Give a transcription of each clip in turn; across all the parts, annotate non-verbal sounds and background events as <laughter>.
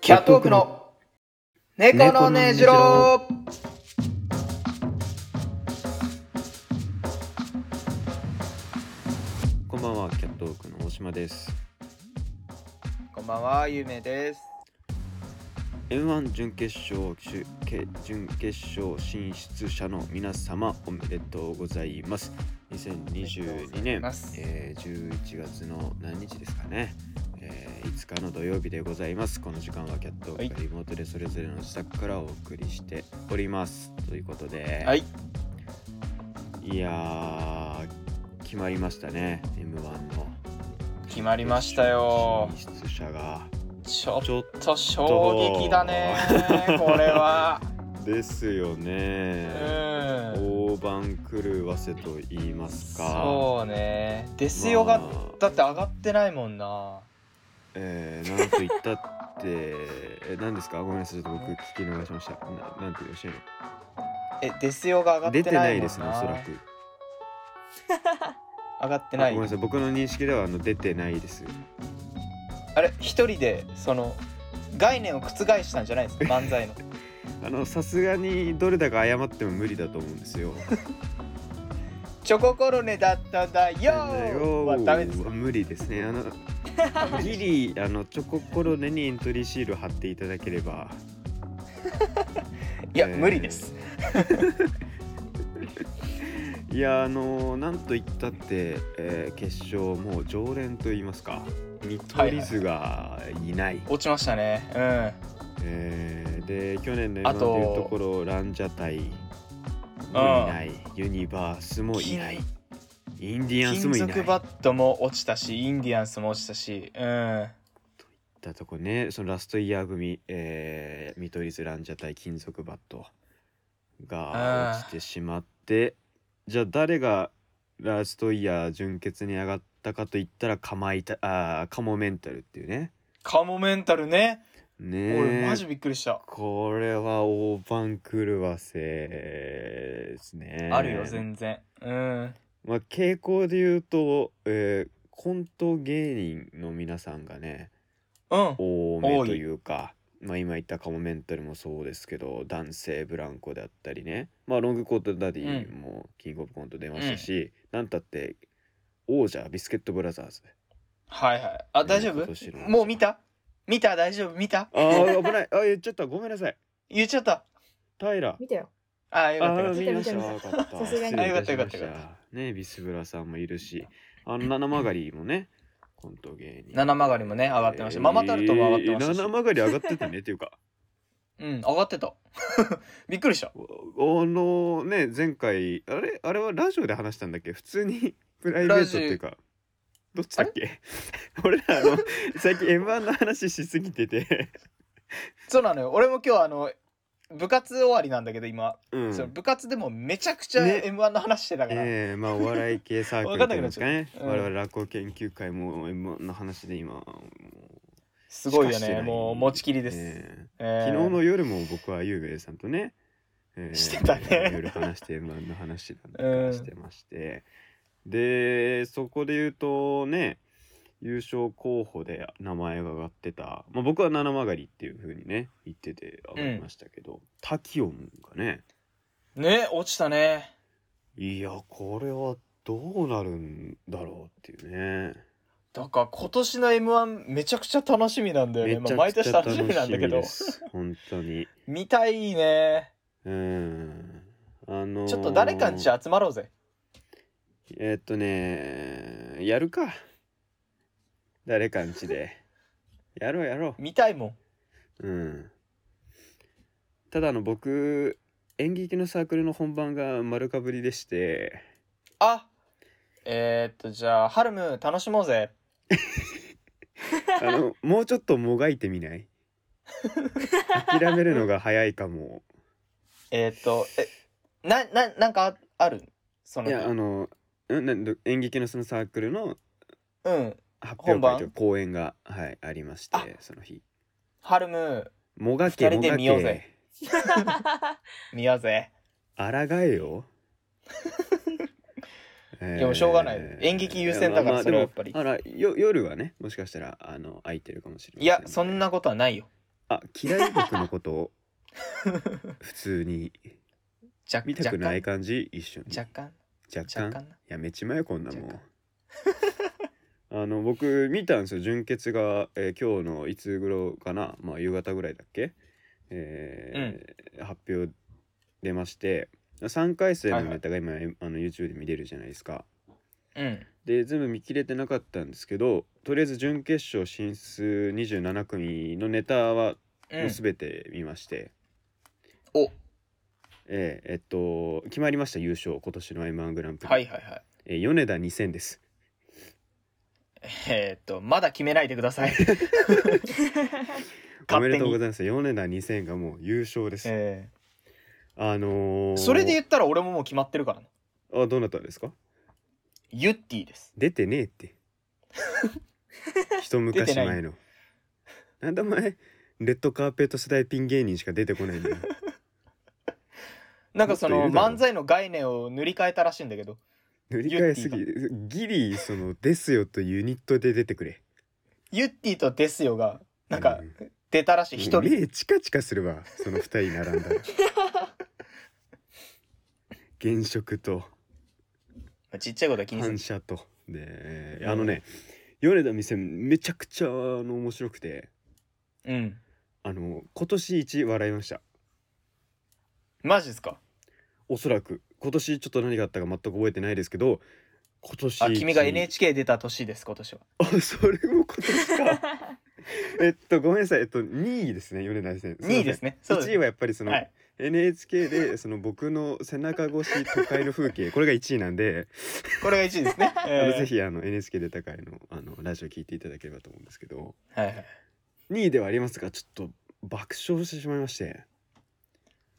キャットウォークの猫のねじろうこんばんは、キャットウォークの大島です。こんばんは、ゆめです。 M1 準決勝しけ準決勝進出者の皆様おめでとうございます。2022おめでとうござい年ます、えー、11月の何日ですかね、えー、5日の土曜日でございます。この時間はキャットウォークがリモートでそれぞれの自宅からお送りしております。ということで、はい、いやー、決まりましたね、M1 の。決まりましたよ。進出者が。ちょっちょっと衝撃だね、これは。ですよね。うん。大盤狂わせと言いますかそうね。でうすよが、まあだって上がってないもんな。えー、なんと言ったってえ何ですかごめんなさいちょっと僕聞き逃しましたななんて言うのしてんのえ、ですよが上がって出てなないいもんな。ですねおそらく上がってあなごいめん。なさい僕の認識ではあの出てないですあれ、一人で、その、概念を覆したんじゃないですか、漫 <laughs> 才の。あのさすがにどれだか謝っても無理だと思うんですよチョココロネだったんだよだーはダメです。無理ですねあのギリあのチョココロネにエントリーシール貼っていただければいや、えー無理です。いやあのーなんといったって、えー決勝もう常連と言いますか見取り図がいない、落ちましたね。うん。えーで去年のあ M1 とというところランジャタイもいないユニバースもいないインディアンス金もいない属バットも落ちたしインディアンスも落ちたしうんだとこねそのラストイヤー組、えー見取り図ランジャタイ金属バットが落ちてしまってじゃあ誰がラストイヤー準決に上がったかといったらかまいたあーカモメンタルっていうねカモメンタルね、俺ねマえジびっくりした、これは大盤狂わせですねあるよ全然うんまあ傾向で言うと、えーコント芸人の皆さんがね、うん多多めいというか、まあ、今言ったカモメンタルもそうですけど男性ブランコであったりね、まあ、ロングコートダディもキングオブコント出ましたし、なんたって王者ビスケットブラザ <laughs> ーズはいはいあ大丈夫今年のもう見た見た大丈夫見たあー危ないあ言っちゃったごめんなさい言っちゃった平見たよ。あよあかったよーかっ見ました見よた見たかったさすがに失礼いたしよまかったしよかったよかたねビスブラさんもいるしあの七曲りもねコント芸人た七曲りもね上がってました、ママタルトも上がってましたし、えー七曲り上がってたねっていうかうん上がってた <laughs> びっくりしたあのね前回あれあれはラジオで話したんだっけ普通に <laughs> プライベートっていうかどっちだっけ俺らあの最近 m 1の話しすぎて <laughs> てそうなのよ俺も今日あの部活終わりなんだけど今、うんその部活でもめちゃくちゃね m 1の話してたから、ええまあお笑い系サークルっていうんですかねわかんなくなっちゃったうん我々落語研究会も m 1の話で今もうすごいよしかしてなねいもう持ちきりです、えええー昨日の夜も僕はゆうべいさんとね、えーしてたね夜話して M1 の話なんかうんしてまして、でそこで言うとね優勝候補で名前が挙がってた、まあ、僕は七曲りっていう風にね言ってて上がりましたけど、タキオンがねね落ちたねいやこれはどうなるんだろうっていうねだから今年の m 1めちゃくちゃ楽しみなんだよねめちまあゃ毎くち年ゃ楽楽ししみなんだけみどです本当に見たいねうんあのーちょっと誰かんち集まろうぜえーっとねやるか誰かんちでやろうやろ見たいもんううんただあの僕演劇のサークルの本番が丸かぶりで <laughs> してあえー、っとじゃあハルム楽しもうぜあのもうちょっともがいてみない諦めるのが早いかもえー、っとえなななんかああるそのいやあのうんなんど演劇のそのサークルのうん発表会という本番か公演が、はい、ありましあてその日ハルムもがけ二人もでが見ようぜけ見ようぜ抗え <laughs> よ。えーいやもうしょうがない演劇優先だからいやまあそれはやっでぱりもあらよ夜はねもしかしたらあの空いてるかもしれないいやそんなことはないよあ嫌い僕のことを普通に若見たくない感じ一緒に若干若干若干なやめちまえこんなも若ん <laughs> あの僕見たんですよ純潔が、えー今日のいつ頃かなまあ夕方ぐらいだっけ、えー発表出まして3回戦のネタが今、あの YouTube で見れるじゃないですかうんで全部見切れてなかったんですけどとりあえず準決勝進出27組のネタはうもうん全て見まして、おえーえっと決まりました優勝今年の m 1グランプリ、はいはいはいえー米田2000ですえーっとまだ決めないでください <laughs> おめ勝で手とうごにざいます米田2000がもう優勝です、えあのー、ーそれで言ったら俺ももう決まってるからねあどうなったんですかユッティです出てねえって一昔前のなんだお前レッドカーペット世代ピン芸人しか出てこないんだよ <laughs> なんかそものっといるだろ漫才の概念を塗り替えたらしいんだけど塗り替えすぎギリその「ですよ」とユニットで出てくれユッティとデスヨがなんかう出たらしい一人目チカチカするわその二人並ん <laughs> だら現職とちっちゃいことは気にす反る射とであのね米田店めちゃくちゃあの面白くてうんあの今年一笑いましたマジですかおそらく今年ちょっと何があったか全く覚えてないですけど今年あ君が一 NHK 出た年です今年はあそれも今 <laughs> 年かえっとごめんなさいえっと2位ですね米田店2位ですねそうです1位はやっぱりその、はい NHK でその僕の背中越し都会の風景これが1位なんで、これが1位ですね、 <laughs> あえのーぜひあの NHK で高いのあのラジオ聞いていただければと思うんですけどはいはい2位ではありますがちょっと爆笑してしまいまして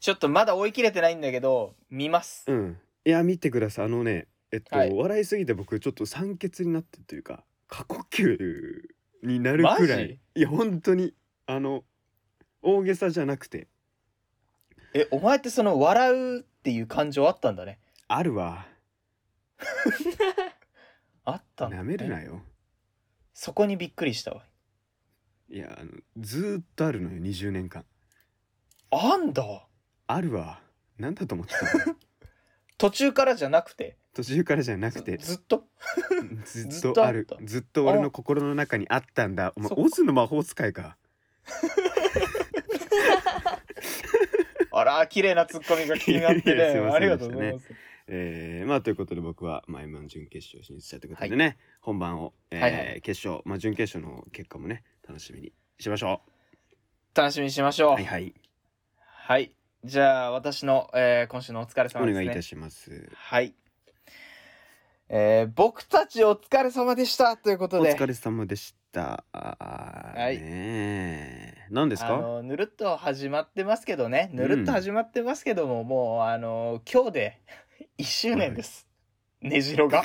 ちょっとまだ追い切れてないんだけど見ますうんいや見てくださいあのねえっと、はい笑いすぎて僕ちょっと酸欠になってるというか過呼吸になるくらマいジいや本当にあの大げさじゃなくてえお前ってその笑うっていう感情あったんだねあるわあったんだ、ね、なめるなよそこにびっくりしたわいやあのずーっとあるのよ20年間あんだあるわなんだと思って <laughs> たの途中からじゃなくて途中からじゃなくてずっとずずっっととあるあったずっと俺の心の中にあったんだお前そっかオズの魔法使いかあら綺麗なツッコミが気になっ <laughs> ていやすいねませんありがとうございます、えー、まあということで僕は、まあ、M−1 準決勝進出したということでね、本番を、えーはいは決勝、まあ、準決勝の結果もね楽しみにしましょ楽しみにしましょううははいい、はいじゃあ私の、えー今週のお疲れお様ですね願いいたしますはいえー僕たちお疲れ様でしたというこおとで疲れ様でしたあーはいねえ何ですあかのぬるっと始まってますけどねぬるっと始まってますけども、もうあの今日で1周年です、 <laughs> ねじろが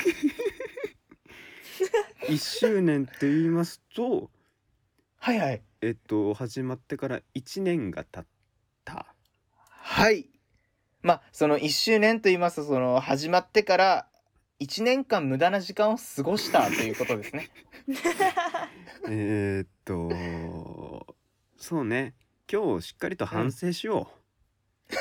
1周年って言いますと <laughs> はいはいえっと始まってから1年が経 <laughs> ったはいまあその1周年と言いますとその始まってから1年間無駄な時間を過ごしたということですねえーっとそうね今日しっかりと反省しよ <laughs> う、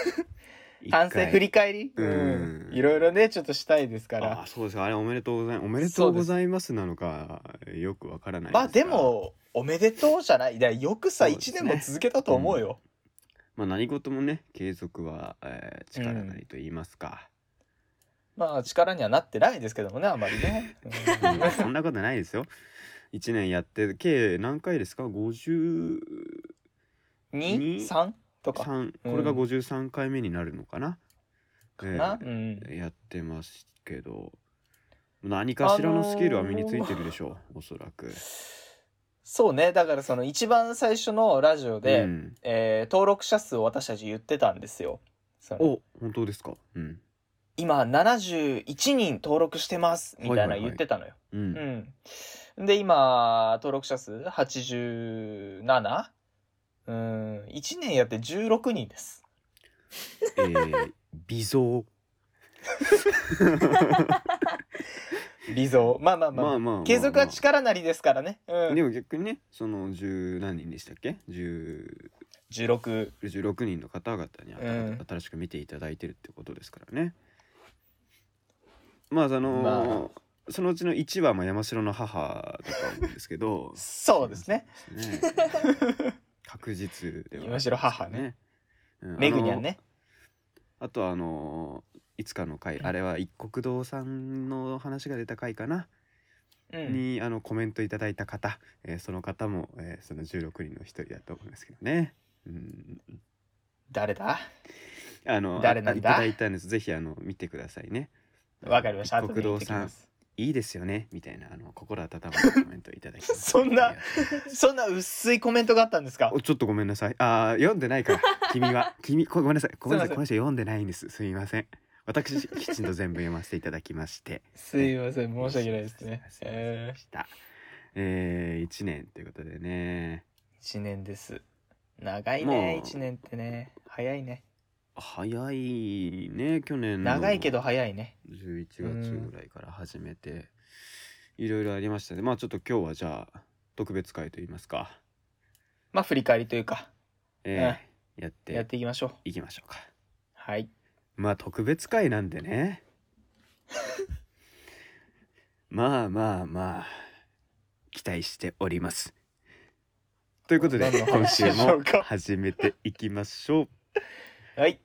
一回反省振り返りうんいろいろねちょっとしたいですかあらあそうですかあれおめでとうございますおめでとうございますなのかよくわからないまあすでがもおめでとうじゃないだからよくさそう1ですね年も続けたと思うよまあ何事もね継続は、えー力なりと言いますか、まあ力にはなってないですけどもねあまりね、ううんんそんなことないですよ1年やって計何回ですか53 <laughs> 2、に3とか。これが53回目になるのかな、えなうーん。やってますけど何かしらのスキルは身についてるでしょう、おそらく。そうね。だからその一番最初のラジオで、うん、えー登録者数を私たち言ってたんですよ。そのお本当ですか、うん今71人登録してますみたいはなはいいはい言ってたのよ。うんうん。で、今、登録者数 87? うん。1年やって16人です。えー、微増微増。まあ <laughs> まあまあ。まあまあまあ継続は力なりですからね。うん。でも逆にねその十何人でしたっけ十16 16人の方々にあたうん新しく見ていただいてるってことですからね。まあその、まそのうちの1はまあ山城の母だとは思うんですけ <laughs> どそうですね。そうですね確実ではありますよ山城母ね。うんめぐにゃん。ねあのあとはあのいつかの回、あれは一国堂さんの話が出た回かな、うんにあのコメントいただいた方、えーその方も、えーその16人の一人だと思いますけどね。うん誰だあの誰なんあいだただいたんです。ぜひあの見てくださいね。わかりました一後で国言っ堂てきさまんすいいですよねみたいなあの心温まるコメントいただきます <laughs> そんなそんな薄いコメントがあったんですかおちょっとごめんなさい。あー読んでないから君は君こごめんなさいごめんなさいすいこの人読んでないんです。すみません。私きちんと全部読ませていただきまして。すいません申し訳ないですねすいませんえでした。えー、1年ということでねー、1年です長いもねう1年ってね早いね早いね去年の長いけど早いね11月ぐらいから始めていろいろありましたねまあちょっと今日はじゃあ特別会といいますか、まあ振り返りというかえーやっやってていきましょういきましょうかはいまあ特別会なんで <laughs> ねまあまあまあ期待しておりますということで何の今話週でしょもうか始めていきましょはい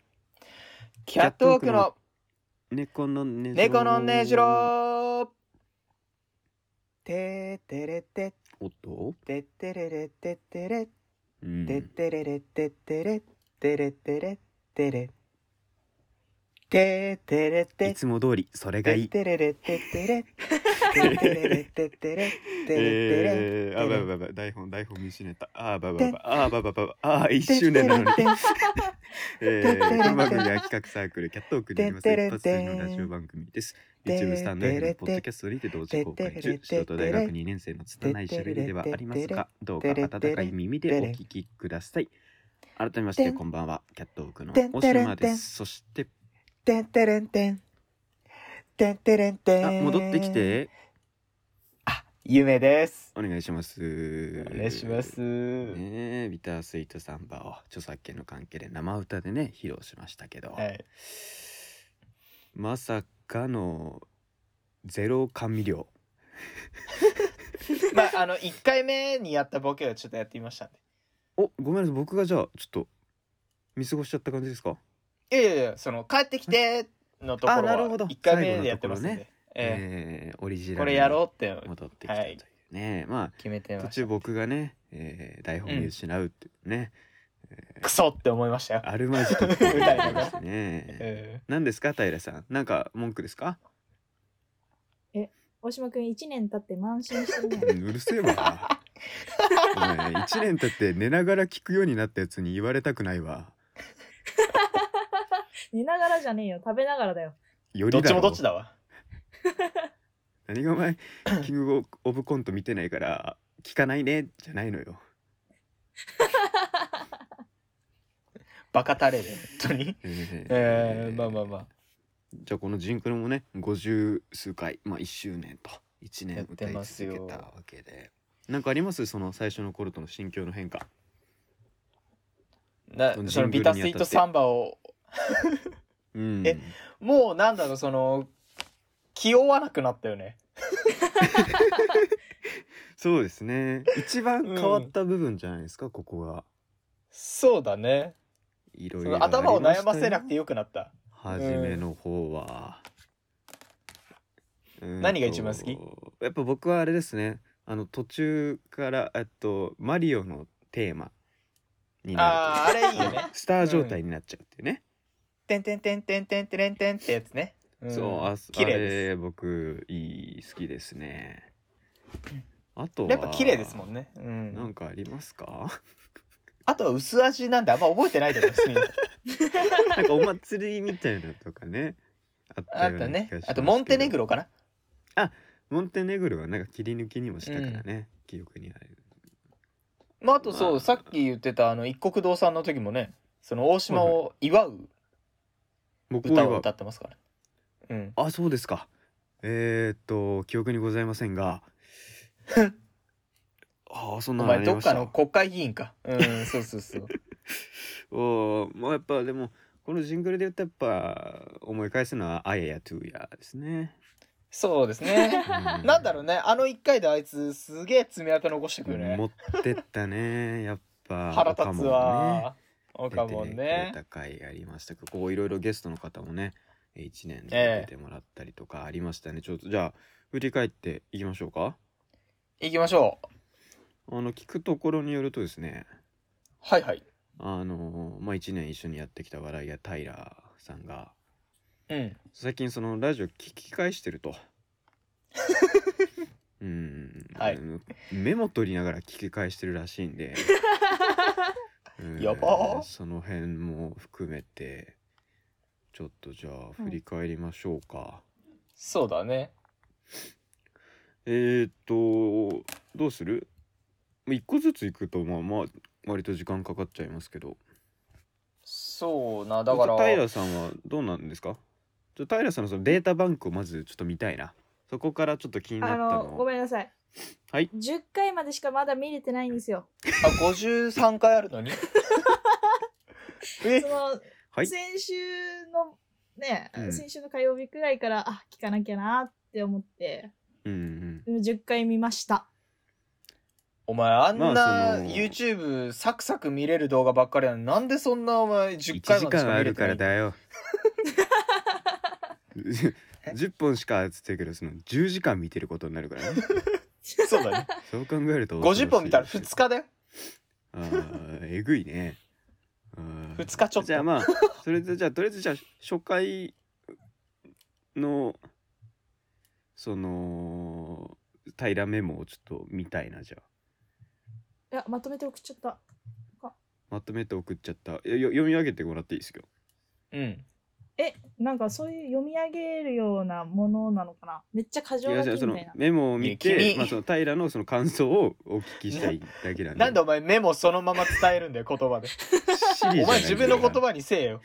キャットウォークのう猫のねじろ猫のねじろうてーてれておっと、ってってれれてってれうんてってれれてってれてれてれてれてーてれていつも通りそれがいていってれれてっ <laughs> てれてってれれてってれてれてれえー、あばばば台本台本見失ったあばばばあばばばばあー一周年なのに、えー、この番組は企画サークルキャットオークによります一発目のラジオ番組です。YouTube スタンド F のポッドキャストにて同時公開中素人大学2年生の拙い喋りではありますがどうか温かい耳でお聞きください改めましてこんばんはキャットオークの大島ですそしててんてれんてんてんてれんてんあ戻ってきてあ夢ですお願いしますお願いしますねえビタースイートサンバを著作権の関係で生歌でね披露しましたけど、はいまさかのゼロ甘味料まああの1回目にやったボケをちょっとやってみましたんおごめんなさい僕がじゃあちょっと見過ごしちゃった感じですかでいやいやいやその帰ってきてのとこあろなるほどは1回目でやってますんで、最後のええーオリジえナこルれにやろうって戻ってきたとはいういね、ま決めてあ途まし中僕がね、えー台本見失うっていうね、たクソって思いましたよ、あるまじきことがありました <laughs> ねえ何ですか平さんなんか文句ですか大島くん1年経って慢心してるね。 <laughs> うんうるせえわ。お前1年経って寝ながら聞くようになったやつに言われたくないわ。寝ながらじゃねえよ。食べながらだよ。よえりどっだちろもどっちだわ何がお前キングオブコント見てないから聞かないねじゃないのよ。バカタレで本当にえええまあまあまあじゃあこのジンクルもね50数回まあ1周年と1やっ年て歌いますよ続けたわけで。なんかありますその最初の頃との心境の変化。なそのそのビタスイートサンバをうん、えもうなんだろうその気負わなくなったよねそうですね一番変わった部分じゃないですか、ここが。そうだねいろいそろの頭を悩ませなてくてよくなった初めの方は、うん何が一番好きやっぱ僕はあれですねあの途中からえっとマリオのテーマになあーあれいるいとよねあのスター状態になっちゃうっていうね、 「てんてんてんてんてんてれんてん」ってやつね、んそうあ綺あ麗でれ僕いい好きですねあとすはやっぱ綺麗ですもねんね、うなんん、かありますか <laughs> あとは薄味なんであんま覚えてないと思いますみん <laughs> ななんかお祭りみたいなのとかねあっ <laughs> あようとなね気がしますけどあとモンテネグロかなモンテネグロはなんか切り抜きにもしたからね、記憶にあるまああとそう、まあさっき言ってたあの一国堂さんの時もねその大島を祝う僕歌はを歌ってますから、うんあそうですかえー、っと記憶にございませんが <laughs> ああそんおなのあ前りどまっした <laughs> かの国会議員かうんそうそうそうおまあやっぱでもこのジングルで言ったらやっぱ思い返すのは「あややとゥーや」ですね。そうですねう <laughs> なんだろうねあの1回であいつすげえ爪痕残してくる持ねってったねやっぱ腹立つわオオカカモモンンね出てくれねた回ありましたけどこういろいろゲストの方もね1年でええ出てもらったりとかありましたね、ちょっとじゃあ振り返っていきましょうか行きましょうあの聞くところによるとですねはいはいあのまあ1年一緒にやってきた笑い屋タイラーさんがうん最近そのラジオ聞き返して <laughs> るとうん、はいあのメモ取りながら聞き返してるらしいんでうん <laughs> やばーその辺も含めてちょっとじゃあ振り返りましょうか、そうだねえー、っとどうするまあ一個ずつ行くとまあまあ割と時間かかっちゃいますけどそうなだから平さんはどうなんですかちょ平さんのそのデータバンクをまずちょっと見たいなそこからちょっと気になったあのの、ごめんなさい。はい10回までしかまだ見れてないんですよ。あ53回ある <laughs> のにえその、はい先週のね、うん先週の火曜日くらいから、あ、聞かなきゃなって思って、うんうんでも10回見ました。お前あんなまあその YouTube サクサク見れる動画ばっかりなのになんでそんなお前10 1回時までし間かあ見るれてかならいだよ <laughs> 10本しかっつってるけどその10時間見てることになるから <laughs> ねそうだね <laughs> そう考えると50本見たら2日だよあーえぐいねあー2日ちょっとじゃあまあそれでじゃあとりあえずじゃあ初回のその平らメモをちょっと見たいなじゃあいや、まとめて送っちゃった。まとめて送っちゃったよよ読み上げてもらっていいですようんえ、なんかそういう読み上げるようなものなのかなめっちゃ過剰いや書じゃあきそみのたいな。メモを見いやて、君まあ、その平のその感想をお聞きしたいだけなんでなんでお前メモそのまま伝えるんだよ言葉でお前自分の言葉にせえよ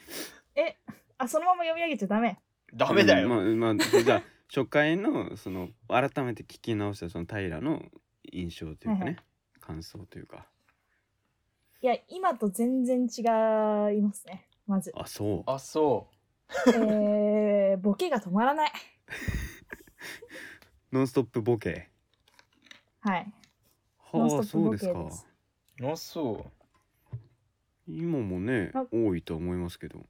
あ、そのまま読み上げちゃダメ。ダメだよ、うんまあ、まあ、じゃあ初回のその改めて聞き直したその平の印象というかはいはねい感想というかいや、今と全然違いますね。ま <laughs> ず。あそうあそうえー、ボケが止まらない。 「ノンストップボケはい。」ノンはあストそップうボでケすかですあそ今もねあ多いと思いますけ <laughs> どう、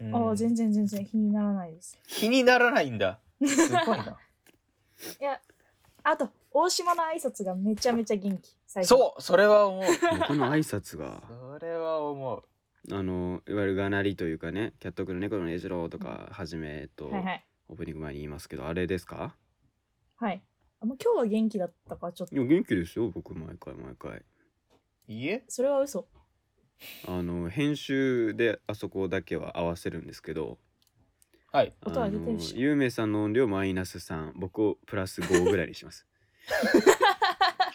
うんああ、全然全然気にならないです。気にならないんだすごい <laughs> なあと、大島の挨拶がめちゃめちゃ元気。最うそうそれは思うこの挨拶が <laughs> それは思うあのいわゆるがなりというかね「キャットクの猫のねじろう」とかはじめとはいはい。オープニング前に言いますけどあれですかはい。あもう今日は元気だったから、ちょっとい。や元気ですよ僕毎回毎回いいえそれは嘘。あの編集であそこだけは合わせるんですけどはい音上げてるあしのゆうめいさんの音量マイナス3僕をプラス5ぐらいにし <laughs> ます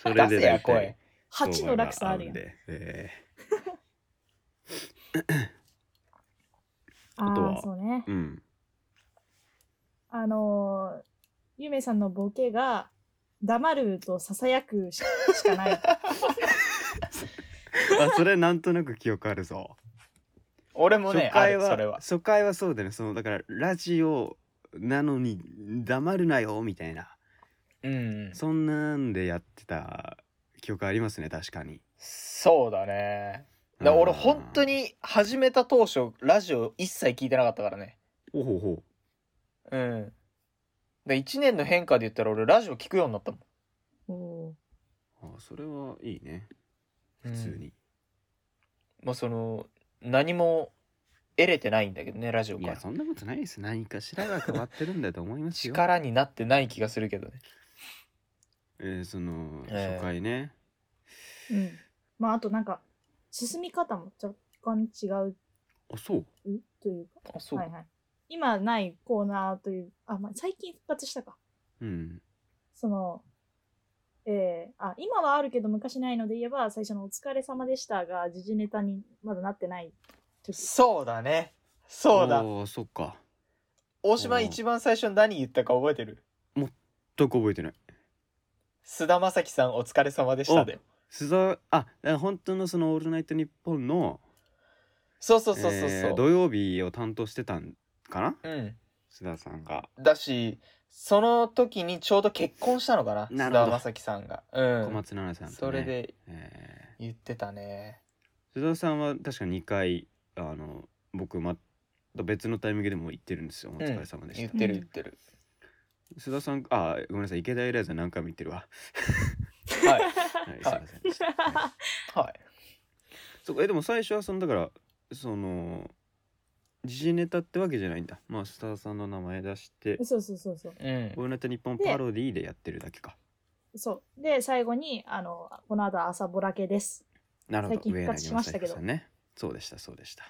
そ出せや大体声8の落差相場が合うあるんやん。で、えあとはあ、そうねー。うんあのー、ゆめさんのボケが、黙ると囁くししかない。あそれなんとなく記憶あるぞ俺もね初あ回るはそれは初回はそうだねそのだからラジオなのに黙るなよみたいなうんそんなんでやってた記憶ありますね確かにそうだねだから俺うん本当に始めた当初ラジオ一切聞いてなかったからねおほほうんで1年の変化で言ったら俺ラジオ聞くようになったもんおーあそれはいいね普普通に、まあその何も得れてないんだけどねラジオいかやらそんなことないです何かしらが変わってるんだと思い <laughs> ますよ、力になってない気がするけどねえーそのえー初回ね、うん。まあ、あとなんか、進み方も若干違うあそうというか、あそう、はいはい。今ないコーナーという、あ、まあ、最近復活したか。うんその、えーあ、今はあるけど昔ないので言えば、最初のお疲れ様でしたが、時事ネタにまだなってない <laughs> 時。そうだねそうだああそっか大島一番最初に何言ったか覚えてるどこ覚えてない菅田将暉さんお疲れ様でしたで須田あだから本当のその「オールナイトニッポン」のそうそうそうそうえーそ土う。曜日を担当してたんかなうん。須田さんが、だし、その時にちょうど結婚したのかな、な須るほ田どまさきさんが。う小ん。松菜奈さんと、ね、それでえ言ってたね。ー須田さんは確か2回あの僕また別のタイミングでも行ってるんですよお疲れ様でし、言ったてる言ってる。須田さんあごめんなさい池田エライザ何回も行ってる <laughs> わはい。 <laughs> はいすいませんでした、はいはい。そうえでも最初はそのだからその時事ネタってわけじゃないんだまあ須田さんの名前出してそうそうそうそう。う「オんールナイトニッポン」でパロディーでやってるだけかそう。で、最後に、あの、この後は朝ぼらけです。なるほ最ど近上復柳活しま正したけ彦どさんねそうでしたそうでした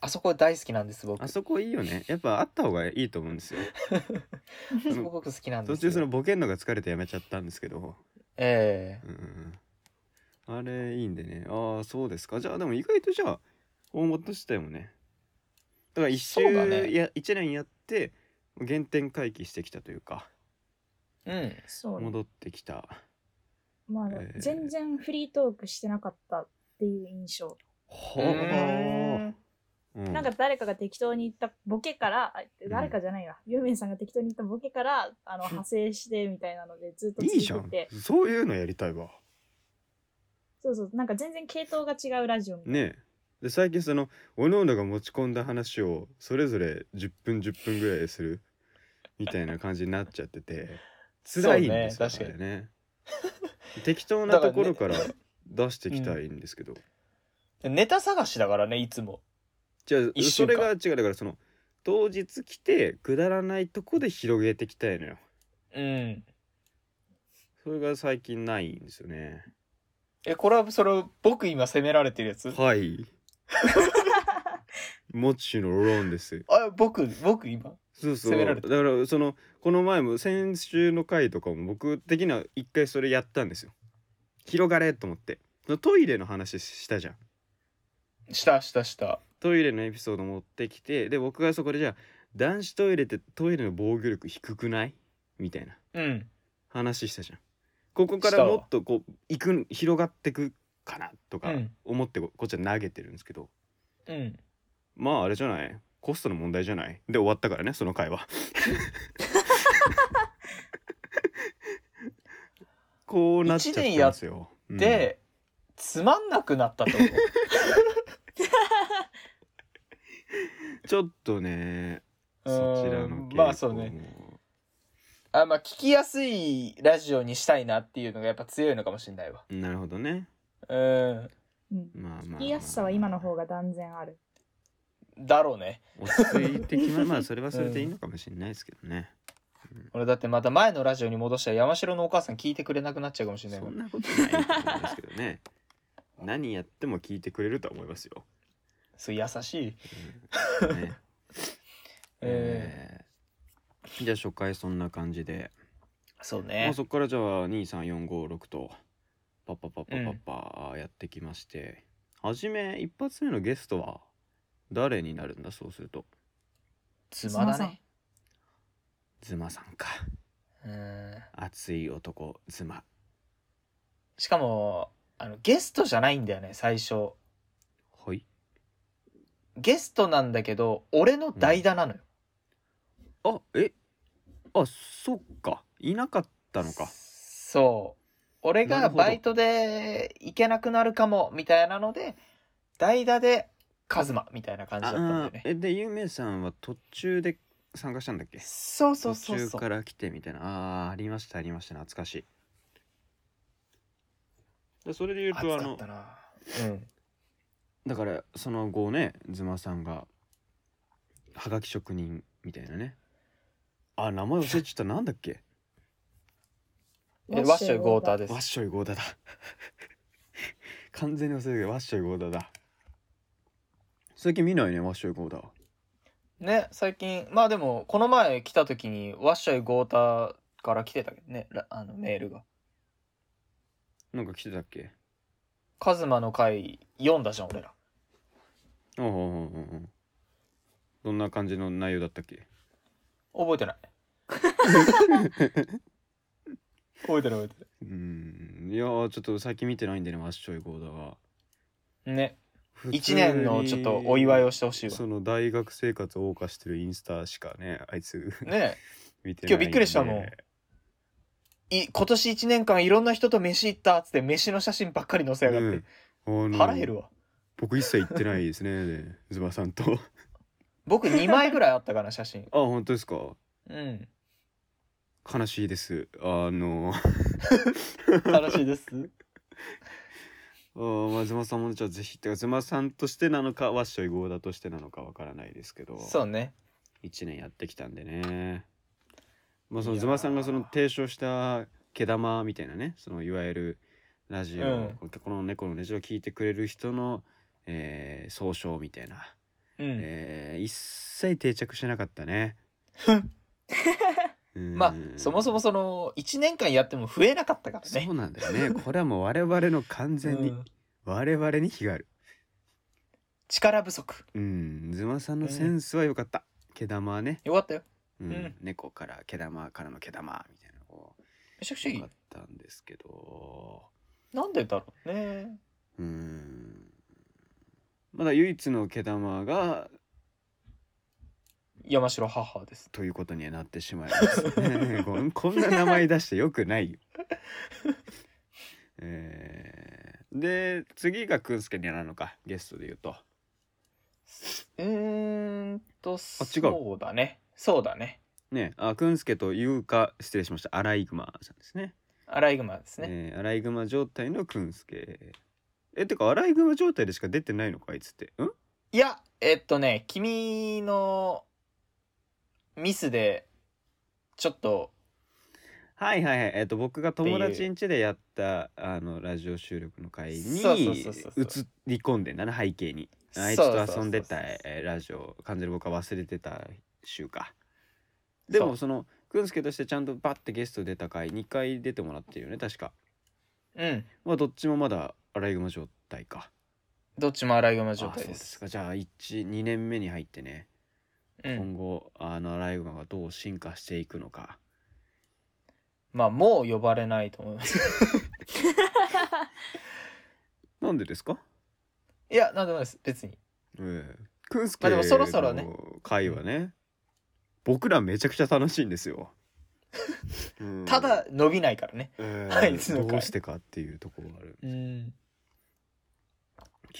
あそこ大好きなんです僕。ああそこいいよねやっぱあった方がいいと思うんですよそこ僕好きなんで途すよ。中そのボケんのが疲れてやめちゃったんですけどええうんうんあれいいんでねああそうですかじゃあでも意外とじゃあフォーマットしたよねだから一周そうだねや一年やって原点回帰してきたというかうん。そうね。戻ってきたまあ、えー全然フリートークしてなかったっていう印象。ほうーんうんなんか誰かが適当に言ったボケから、あ誰かじゃないわ、ユーメンさんが適当に言ったボケから、あの、派生してみたいなので、ずっとい続いじゃいてんて。そういうのやりたいわそうそう、なんか全然系統が違うラジオみたいな。ねえで最近そのおのおのが持ち込んだ話をそれぞれ10分10分ぐらいするみたいな感じになっちゃってて辛いんですよそうね確かにあれね適当なところから出していきたいんですけど、ネタ探しだからねいつも。じゃあ一そ週れ間が違うだからその当日来てくだらないとこで広げていきたいのようん。それが最近ないんですよねえこれはそれ僕今責められてるやつ。はい <laughs> もちろんロンですあ僕僕今。そうそう攻めだらかれらそのこの前も先週の回とかも僕的には一回それやったんですよ広がれと思ってそのトイレの話したじゃんしたしたした。トイレのエピソード持ってきてで僕がそこでじゃあ男子トイレってトイレの防御力低くないみたいなうん。話したじゃんここからもっとこう行く広がってくかなとうかん。思ってここっちは投げてるんですけどうん。まああれじゃないコストの問題じゃないで終わったからねその会話 <laughs> こうなっちゃったんですよ、うんで、つまんなくなったと思う。ちょっとね <laughs> そちらのうんまあそうね。あまあ聞きやすいラジオにしたいなっていうのがやっぱ強いのかもしれないわ。傾向もなるほどねうん。うん。まあまあまあ聞きやすさは今の方が断然ある。だろうね。落ち着いてきままあそれはそれでいいのかもしれないですけどね、俺だってまた前のラジオに戻したら山城のお母さん聞いてくれなくなっちゃうかもしれないそもんんなことないと思いますけど <laughs> ね何やっても聞いてくれるとは思いますよ、そう優しい。うん <laughs> ねええーじゃあ初回そんな感じでー、そうまあ、ね。そこからじゃあ23456とパッパパッパパッパやってきまして、初め一発目のゲストは誰になるんだそうするとつまだね。ズマさんかうん。熱い男ズマしかも、あの、ゲストじゃないんだよね、最初。はいゲストなんだけど、俺の代打なのよ。あえあそっかいなかったのかそう。俺なるがほどバイトで行けなくなるかも、みたいなので、代打で、カズマ、みたいな感じだったんだあよーね。えでゆめさんは途中で参加したんだっけそうそうそう途中そかう。ら来てみたいなあーありましたありました懐かしいでそれで言う暑とあかのったな。うん。だからその後ねズマさんがはがき職人みたいなねあ名前忘れちゃったなんだっけえ、ワッショイゴーター <laughs> <laughs> で。ですワッ。ショイゴーダだ <laughs> 完全に忘れてたワッショイゴーダだ最近見ないねワッショイゴーダね、最近、まあでも、この前来た時に、ワッショイゴーターから来てたけどね、らあの、メールが。なんか来てたっけカズマの回読んだじゃん、俺ら。おうおうおうおうどんな感じの内容だったっけ覚 <laughs> えてない。覚えてない覚えてうーんいやーちょっと最近見てないんでねワッショイゴーダがない。ね。 1年のちょっとお祝いをしてほしいわその大学生活を謳歌してるインスタしかねあいつね見てないんで今日びっくりしたもんえい今年1年間いろんな人と飯行ったっつって飯の写真ばっかり載せやがって、うんあの腹減るわ僕一切行ってないですねね <laughs> ズバさんと僕2枚ぐらいあったかな写真あ本当ですかうん悲しいですあの <laughs> 悲しいですあーまあズマさんもじゃあぜひてかズマさんとしてなのかわっしょいゴーダとしてなのかわからないですけどそうね1年やってきたんでねまあそのいやーズマさんがその提唱した毛玉みたいなねそのいわゆるラジオ、この猫のラジオを聞いてくれる人の、えー総称みたいな、うん、えー一切定着してなかったねうーんまあそもそもその1年間やっても増えなかったからねそうなんだよ <laughs> ねこれはもう我々の完全に、うん我々に非がある力不足うんズマさんのセンスは良かった、毛玉はね、よかったようんうん猫から毛玉からの毛玉みたいなのをめちゃくちゃい良いかったんですけどなんでだろうねうんまだ唯一の毛玉が山城母ですということにはなってしまいます <laughs> ねこんこんな名前出してよくないよ <laughs> えーで次がくんすけになるのかゲストで言うとうーん違とうそうだねそうだねねあくんすけというか失礼しましたアライグマさんですねアライグマですね、えーアライグマ状態のくんすけえてかアライグマ状態でしか出てないのかあいつってうんいやえっとね君のミスでちょっとはいはいはいえっ、と僕が友ってい達うん家でやったあのラジオ収録の回にそうそうそうそうそう映り込んでんだな背景にあいそうそうつそとう遊んでたえーラジオ完全に僕は忘れてた週かでそもうそのくんすけとしてちゃんとバッてゲスト出た回2回出てもらってるよね確かうんまあどっちもまだアライグマ状態かどっちもアライグマあそう状態でですすかじゃあ12年目に入ってねう今ん後あのアライグマがどう進化していくのかまあもう呼ばれないと思います <laughs> なんでですかいやなんでもないです別にええくんすけまあでもそろそろねの会はね僕らめちゃくちゃ楽しいんです <laughs> よ、うんただ、伸びないからねええあいつの会どうしてかっていうところがあるうん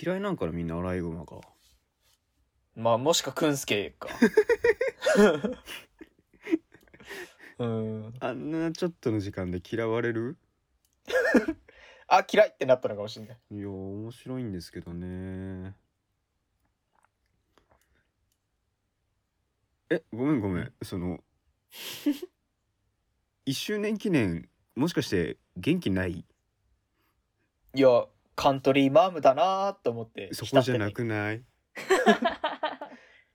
嫌いなんかなみんなアライグマがまあもしかくんすけ <laughs> かうんあんなちょっとの時間で嫌われるあ嫌いってなったのかもしれないいや面白いんですけどねえごめんごめんその <laughs> 一周年記念もしかして元気ないいやカントリーマームだなーと思ってそこじゃな浸ってくない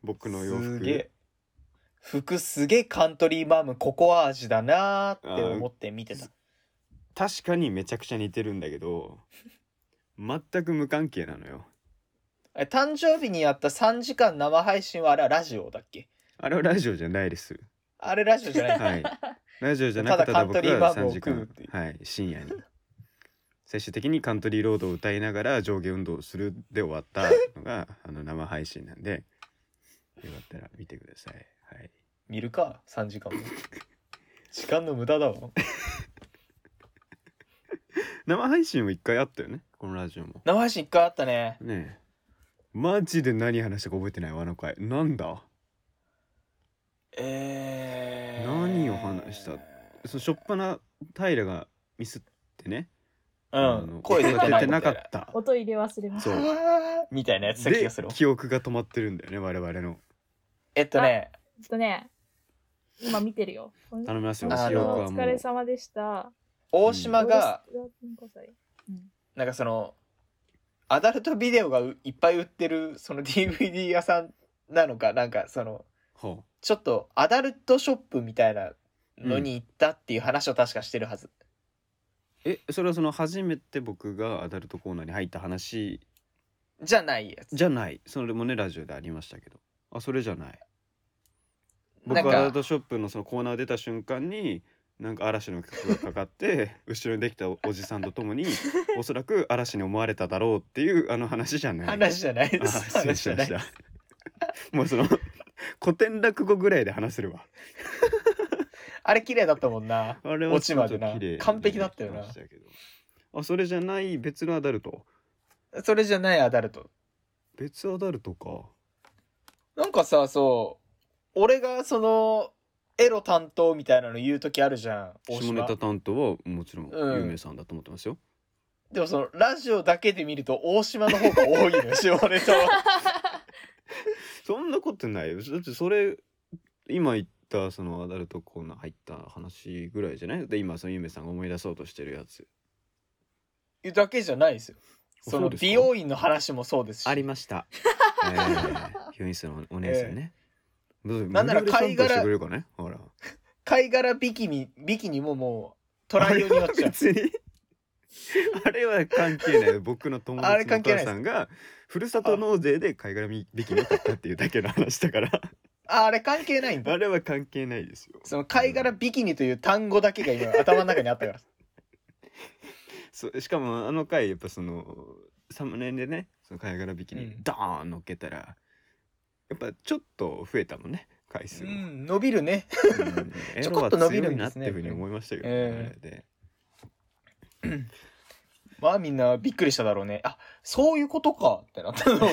僕の洋すげ服え服すげえカントリーマームココア味だなーって思って見てた確かにめちゃくちゃ似てるんだけど <laughs> 全く無関係なのよあれ誕生日にやった3時間生配信はあれはラジオだっけあれはラジオじゃないですあれラジオじ <laughs> ゃないはいラジオじゃなくてただカン僕トリーマはーム3を時食う間っていうはい深夜に最終的にカントリーロードを歌いながら上下運動をするで終わったの <laughs> があの生配信なんでよかったら見てくださいはい見るか3時間も時間の無駄だわ生配信も一回あったよねこのラジオも生配信1回あったねねえマジで何話したか覚えてないわあの回なんだえー、何を話したそのしょっぱな平がミスってね、あうのん声出てないみたいなかった音入れ忘れましそた。う <laughs> みたいなやつだ気でがするわ記憶が止まってるんだよね我々のえっとねちょっとね、今見てるよ。頼みますよ今週あのお疲れ様でした。大島が、 15歳なんかそのアダルトビデオがういっぱい売ってるその <laughs> DVD 屋さんなのかなんかそのほちょっとアダルトショップみたいなのに行ったっていう話を確かしてるはず、うえそれはその初めて僕がアダルトコーナーに入った話じゃないやつじゃないそれもねラジオでありましたけどあそれじゃない僕なんはアダルかトショップのそのコーナー出た瞬間になんか嵐の曲がかかって <laughs> 後ろにできたおじさんとと <laughs> もにおそらく嵐に思われただろうっていうあの話じゃない話じゃないであす。失礼話しじゃまないしでたす。もうその古典落語ぐらいで話せるわあれ綺麗だったもんな。あれ落ちまでなちょっと綺麗に完璧だったよなできましたけどあそれじゃない別のアダルトそれじゃないアダルト。別アダルトかなんかさ、そう、俺がその、エロ担当みたいなの言う時あるじゃん。大下島ネタ担当はもちろんうん有名さんだと思ってますよ、でもその、ラジオだけで見ると大島の方が多いの <laughs> よ、下ネタは。そんなことないよだってそれ今言ったそのアダルトコーナー入った話ぐらいじゃないで今そのゆめさんが思い出そうとしてるやつだけじゃないですよ。そその、うですか美容院の話もそうですし。ありました、 <laughs> えー、ヒョインスのお姉さんね、なんなら貝無料で参加殻してくれるかねほら貝殻ビキニ、ビキニももう、トライ用になっちゃう。別に <laughs> あれは関係ない僕の友あれ達のお関係母ないでさすんがふるさと納税で貝殻み引きなかったっていうだけの話だから <laughs> ああれ関係ないんだあ。れは関係ないですよその、貝殻ビキニという単語だけが今、頭の中にあったから。そうしかもあの回やっぱそのサムネでねその貝殻引きうにんドーン乗っけたら、やっぱちょっと増えたもんね回数うも、 <laughs> ん、伸びるね。うんエちょロこはっと伸び強るいんなでってすいねうふうに思いましたけど、ねええあれでまあみんなびっくりしただろうね。あ、そういうことかってなったの。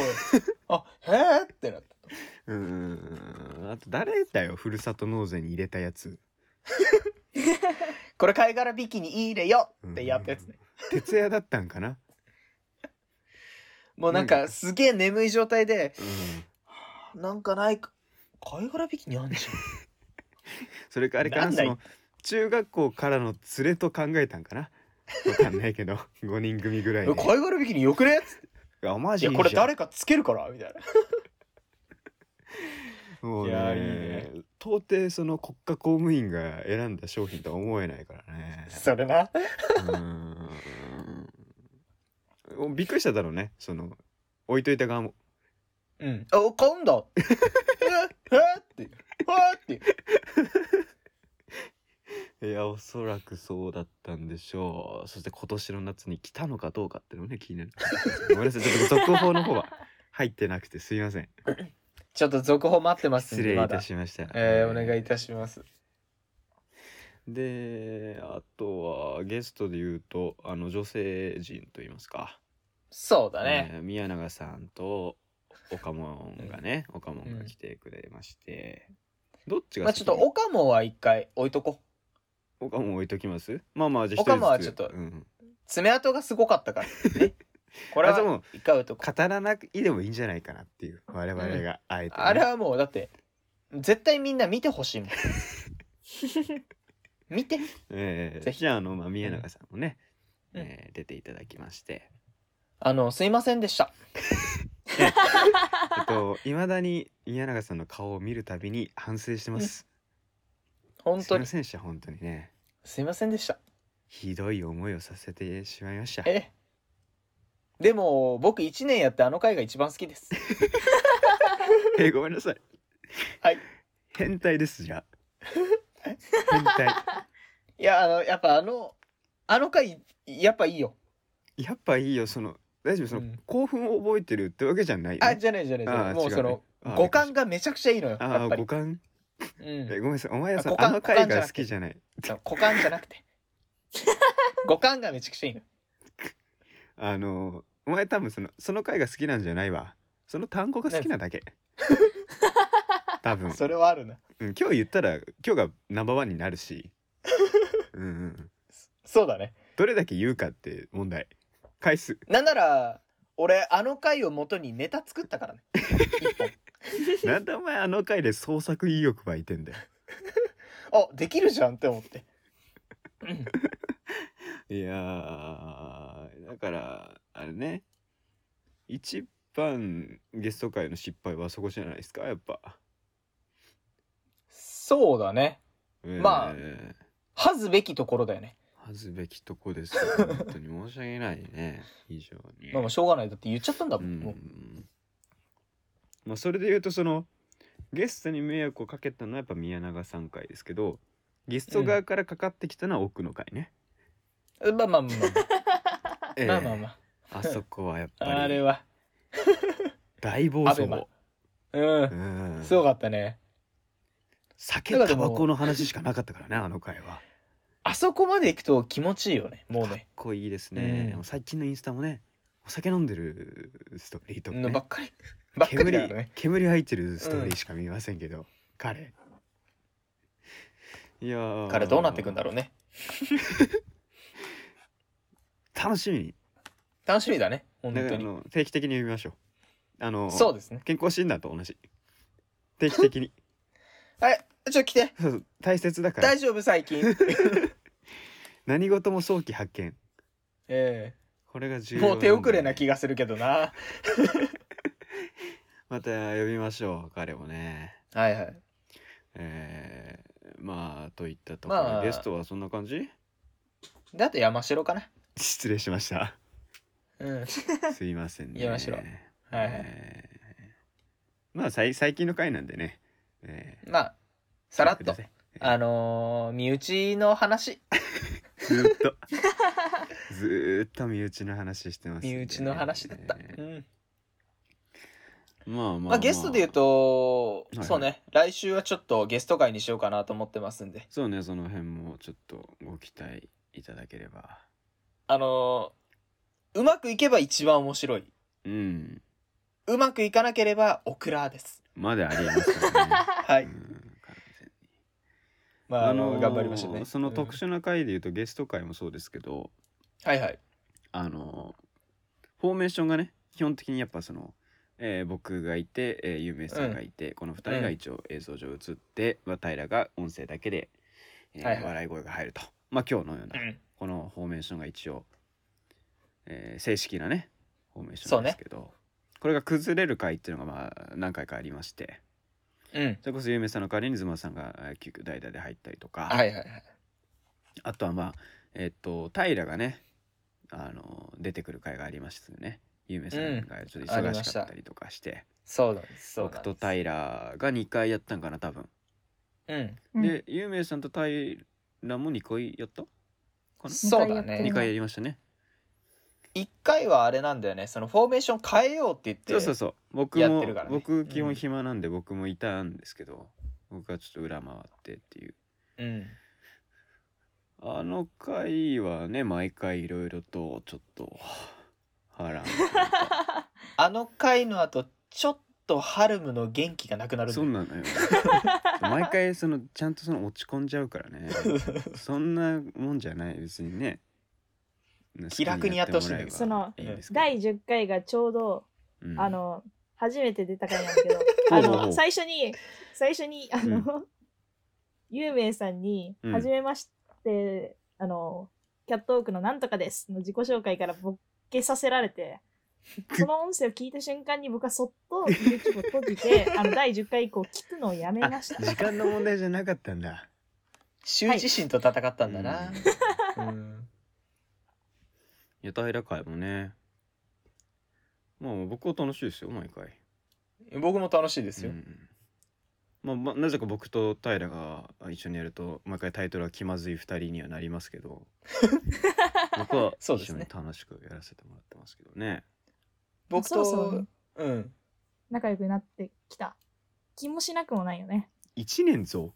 あ、へえってなった。うんうんうんあと誰だよふるさと納税に入れたやつこれ貝殻ビキニいいれよってやったやつね。徹夜だったんかな、もうなんかすげえ眠い状態で、うんなんかないか。貝殻ビキニあんじそれかあれかななんだそいの中学校からの連れと考えたんかなわかんないけど <laughs> 5人組ぐらい <laughs> ゃん。えで貝殻ビキニよくねっつっていやマいジや、いいこれじゃん誰かつけるからみたいな。もうねいやいいね到底その国家公務員が選んだ商品とは思えないからねそれな。うーんびっくりしただろうねその置いといた側もうん。あ、買うんだ。 <laughs> ええって。えって。いやおそらくそうだったんでしょうそして今年の夏に来たのかどうかっていうのもね気になるごめんなさいちょっと続報の方は入ってなくてすいませんちょっと続報待ってますん失で礼まいただ。しました。えー、お願いいたします。で、あとはゲストで言うと、あの女性陣と言いますか。そうだね。えー宮永さんと岡門がね、岡門が来てくれまして。どっちがまあちょっと、オカモは一回置いとこう。岡門置いときます。まあまあ、じゃあ岡門は一人ずつちょっとうん爪痕がすごかっ <laughs> たから、ね、これあではも一回置いとこう語らなくいでもいいんじゃないかなっていう、我々があえてね、あれはもうだって絶対みんな見てほしいもん <laughs> 見てえぜー、ひじゃあ、あの、まあ、宮永さんもね、うんえー出ていただきまして。あのすいませんでしたえっと、いまだに宮永さんの顔を見るたびに反省してます。本す当いまにせんでした本当にねすいませんでしたひどい思いをさせてしまいましたええでも僕1年やってあの回が一番好きですえごめんなさいはい変態です <laughs> じゃあ変態いやあのやっぱあのあの回やっぱいいよやっぱいいよその大丈夫その、うん興奮を覚えてるってわけじゃないよ、あね、じゃないじゃないじゃないあもう違うねそのあ五感がめちゃくちゃいいのよあやっぱり五感うん <laughs> えごめんなさいお前はあさ五あ感の回が好きじゃないその股間じゃな <laughs> くて五感がめちゃくちゃいいのあのお前多分そのその回が好きなんじゃないわその単語が好きなだ <laughs> け多分それはあるなうん、今日言ったら今日がナンバーワンになるしうん、うん、そうだねどれだけ言うかって問題回数なんなら俺あの回を元にネタ作ったからね <laughs> 一本なんでお前あの回で創作意欲湧いてんだよあできるじゃんって思っていやーだからあれね一番ゲスト会の失敗はそこじゃないですかやっぱ、そうだねまあえ恥ずべきところだよねー恥ずべきとこですよ本当に申し訳ないね非常にまあまあしょうがないだって言っちゃったんだもん、うもうんまあそれで言うとそのゲストに迷惑をかけたのはやっぱ宮永さん回ですけどゲスト側からかかってきたのは奥の回ね、まあまあまあまええあ <laughs> まあまあまああそこはやっぱあれりは大暴アベマ走ううんんすごかったね酒タバコの話しかなかったからねあの回はあそこまで行くと気持ちいいよねもうかっねこいいですね、うん最近のインスタもねお酒飲んでるストーリーとか、のね、ばっかり <laughs> ばっかりだからね煙煙入ってるストーリーしか見ませんけど、彼いやーからどうなってくんだろうね楽しみに楽しみだね本だか当らあにの定期的に読みましょうあのそうですね健康診断と同じ定期 <laughs> 的にはいちょっと来てそうそう大切だから大丈夫 <laughs> 最近何事も早期発見えこれが重要えもう手遅れな気ががするけどなまた読みましょう彼もねはいはいえー、まあといったところ、まあゲストはそんな感じ <laughs> だと山城かな失礼しま <laughs> したうんすいませんね。山城はいえーまあ最最近の回なんでね。えーまあさらっくだとさいあのー身内の話ずーっ <laughs> とずーっと身内の話してますんで身ね、内の話だった、えうーんまあまあ、まあゲストで言うと、いはいそうね来週はちょっとゲスト会にしようかなと思ってますんでそうねその辺もちょっとご期待いただければあのーうまくいけば一番面白いうんうまくいかなければオクラ <laughs> ですまだありえますからね <laughs> はいうん完全にまあ、あののー頑張りましょうねその特殊、殊な回で言うとゲスト回もそうですけど、うんはいはいあのフォーメーションがね基本的にやっぱその、えー僕がいて、えー、有名さんがいて、この2人が一応映像上映って、まあ、平が音声だけで、えーはいはい笑い声が入るとまあ今日のよううな、んこのフォーメーションが一応、えー正式なねフォーメーションですけど、これが崩れる回っていうのがまあ何回かありましてうんそれこそ有名さんの代わりにズマさんがえー急遽代打で入ったりとか、はいはいはいあとはまあえっと平がねあの出てくる回がありましたよねゆめさんがちょっとあり忙まししかたったりとかして、そうなんですそうなんで僕すと平が2回やったんかな多分、うんうんでゆめさんと平も2回やったかなそう2だ二ね回やりましたね、一回はあれなんだよねそのフォーメーション変えようって言ってそうそうそう僕やっも、てるからね僕基本暇なんで僕もいたんですけど、僕はちょっと裏回ってっていううんあの回はね毎回いろいろとちょっと波乱というかあの回の後ちょっとハルムの元気がなくなるんだそようなのよ <laughs> 毎回そのちゃんとその落ち込んじゃうからねそんなもんじゃない別にね気楽にやってほしいんだけど好きにやってもらえばそのいいんですけど <laughs> 第10回がちょうど、うんあの初めて出た回なんだけど <laughs> ほあうほうほうの最初に最初にあの、有名さんに「うんはじめまして、あのキャットウォークのなんとかです」の自己紹介からボッケさせら <laughs> れてその音声を聞いた瞬間に僕はそっと YouTube を閉じて <laughs> あの第10回以降聞くのをやめまあした。時間の問題じゃなかったん <laughs> だ羞恥心と戦ったんだなう、うんやたへら会もねまあ僕は楽しいですよ毎回僕も楽しいですよ、うんまあまあ、なぜか僕と平が一緒にやると毎回タイトルは気まずい2人にはなりますけ <laughs> ど僕はそうで一す緒にね楽しくやらせてもらってますけどね僕とそろそろねうん仲良くなってきた気もしなくもないよね。 1年増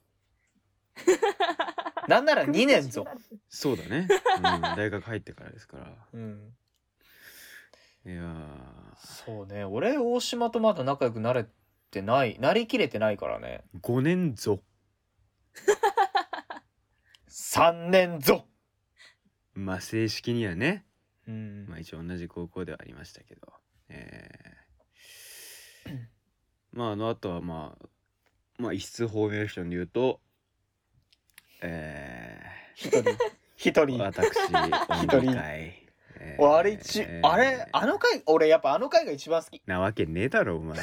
なんなら2年ぞ、そうだね、 <laughs> うん、大学入ってからですからうん、いやーそうね俺大島とまだ仲良くなれてないなりきれてないからね5年ぞ3年ぞ、まあ正式にはね、うんまあ、一応同じ高校ではありましたけどえーまああのあとはまあまあ異質フォーメーションで言うとえ一人一ー、人私人音階えーおあれ一、あれあの回俺やっぱあの回が一番好きなわけねえだろお前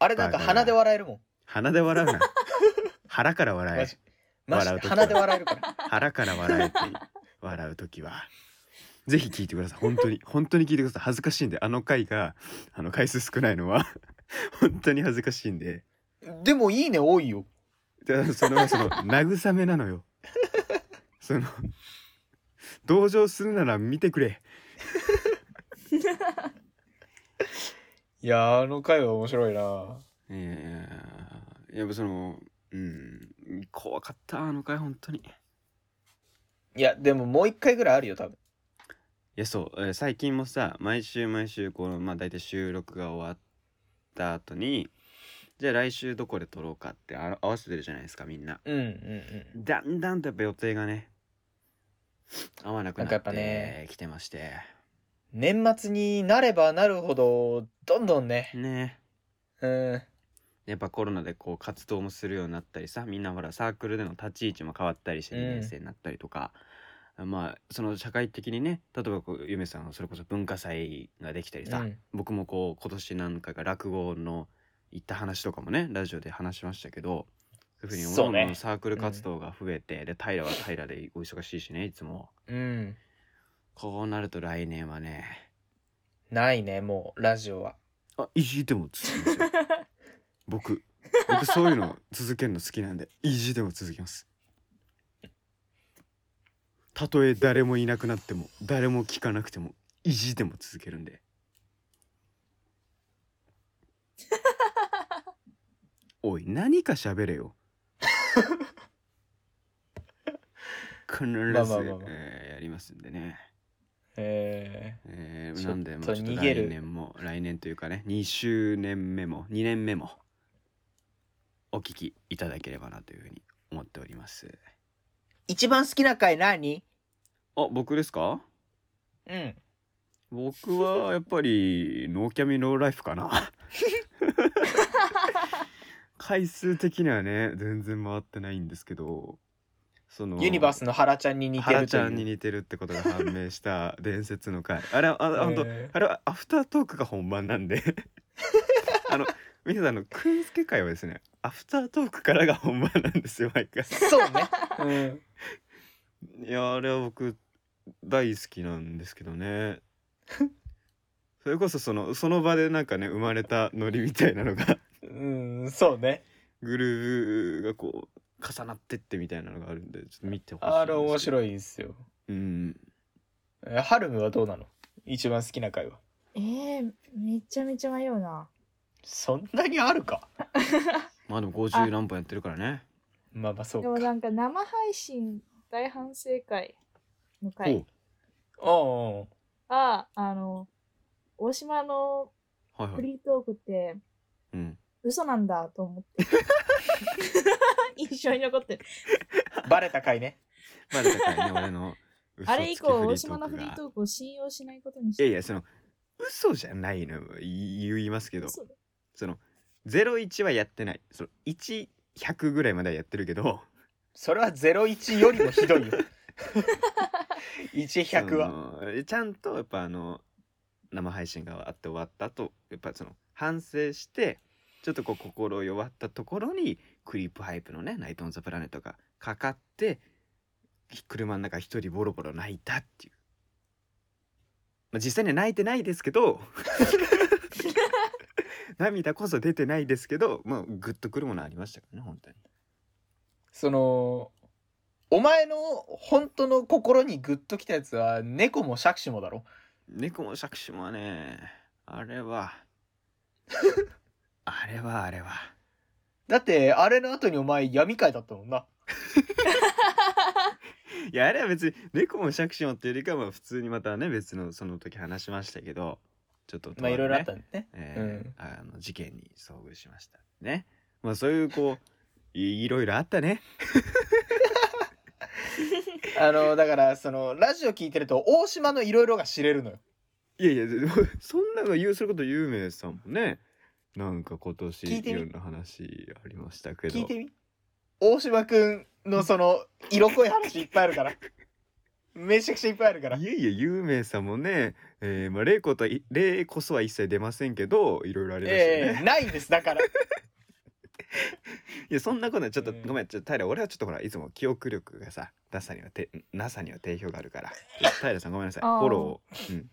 あれなんか鼻で笑えるもん鼻で <laughs> 笑うな腹から笑マえジマジ笑でう時鼻で笑える <laughs> から腹から笑えて笑う時はぜひ聞いてください本当に本当に聞いてください恥ずかしいんであの回があ <laughs> の回数少ないのは本当に恥ずかしいんででもいいね多いよでそのその慰めなのよその同情するなら見てくれいやーあの回は面白いな。いややっぱそのうん怖かったあの回本当にいいや、でももう一回ぐらいあるよ、多分。やそう、えー最近もさ毎週毎週このまあ大体収録が終わった後にじゃあ来週どこで撮ろうかってあ合わせてるじゃないですかみんなうんうんうん。だんだんとやっぱ予定がね合わなくなんかなやっっぱねてきてまして年末になればなるほど、どんどんね、ねうん、やっぱコロナでこう活動もするようになったりさみんなほらサークルでの立ち位置も変わったりしてうん2年生になったりとか、まあその社会的にね例えばこうゆめさんはそれこそ文化祭ができたりさ、うん僕もこう今年なんかが落語の言った話とかもねラジオで話しましたけどそういうふうにそ各うね々のサークル活動が増えて、で平は平でお忙しいしねいつもうん。こうなると来年はねないね、もう、ラジオは。あいじっても続きますよ僕僕そういうの続けるの好きなんでいじでも続きますたとえ誰もいなくなっても誰も聞かなくてもいじでも続けるんでおい何か喋れ <laughs> よ必ず、まあまあまあまあえーやりますんでねええー、ちょっとなんでまあちょっと逃げる来年も来年というかね2周年目も2年目もお聞きいただければなというふうに思っておりますー、一番好きな回何あ僕ですかうん。僕はやっぱりノーキャミノーライフか <laughs> な回数的にはね全然回ってないんですけどそのユニバースの原ちゃんに似て原るちとゃんにいう。似てるってことが判明した伝説の回あれはああ本当えーあれはアフタートークが本番なんで <laughs> あの皆さんあのクイズ会はですねアフタートークからが本番なんですよ毎回そうね。うん。いやあれは僕大好きなんですけどねそれこそそのその場でなんかね生まれたノリみたいなのがうん、そうね。グルーヴがこう重なってってみたいなのがあるんでちょっと見てほしいんですあれ面い白いですよ。うんえーハルムはどうなの一番好きな回は。 <laughs> えー、めちゃめちゃ迷うな。そんなにあるかまあでも50何本やってるからねまあまあそうでか。もなんか生配信大反省会のお回うおうは、あの、大島のはいはフいリートークってうん嘘なんだと思 <laughs> って。印象に残ってる。おうバレた回ね。まだ高いね俺の嘘つきあれ以降、大島のフフリリートークがートークを信用しないことにいして。やいやその嘘じゃないのい言いますけど嘘だその01はやってないその1100ぐらいまではやってるけどそれは01よりもひどいよ。1100は。そのちゃんとやっぱあの生配信があって終わった後やっぱその反省してちょっとこう心弱ったところにクリープハイプのね「ナイト・オン・ザ・プラネット」がかかって車の中一人ボロボロ泣いたっていう、まあ、実際には泣いてないですけど涙こそ出てないですけどまあグッとくるものありましたからね本当にその、お前の本当の心にグッときたやつは猫も杓子もだろ。猫も杓子もねあれ <laughs> はあれはあれは。だって、あれの後にお前闇会だったもんな。いやあれは別に猫もシャクシもっていうよりかはまあ普通にまたね別のその時話しましたけどちょっととまあるねいろいろあったんだね。えーうんあの事件に遭遇しましたねまあそういうこういいろいろあったねあの、だから、その、ラジオ聞いてると、大島のいろいろが知れるのよ。いやいやでもそんなの言うすること有名さんもねなんか今年聞いていみろんな話ありましたけど聞いてみ大島くんのその、色濃い話いっぱいあるから。めちゃくちゃいっぱいあるから。いえいえ有名さんもね、えーまあ例ことはい例こそは一切出ませんけどいろいろありましたね、ええないんです、だから。いやそんなことはちょっと、うんごめんちょっと平俺はちょっとほらいつも記憶力がさなさにはてなさには定評があるから平さんごめんなさいフあーォローを、うん、